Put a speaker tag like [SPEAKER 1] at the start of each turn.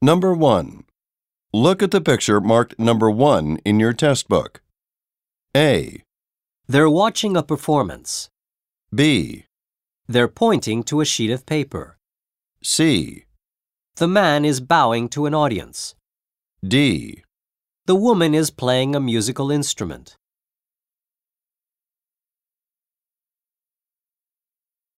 [SPEAKER 1] Number 1. Look at the picture marked number 1 in your test book. A,
[SPEAKER 2] They're watching a performance.
[SPEAKER 1] B,
[SPEAKER 2] They're pointing to a sheet of paper.
[SPEAKER 1] C,
[SPEAKER 2] The man is bowing to an audience.
[SPEAKER 1] D.
[SPEAKER 2] The woman is playing a musical instrument.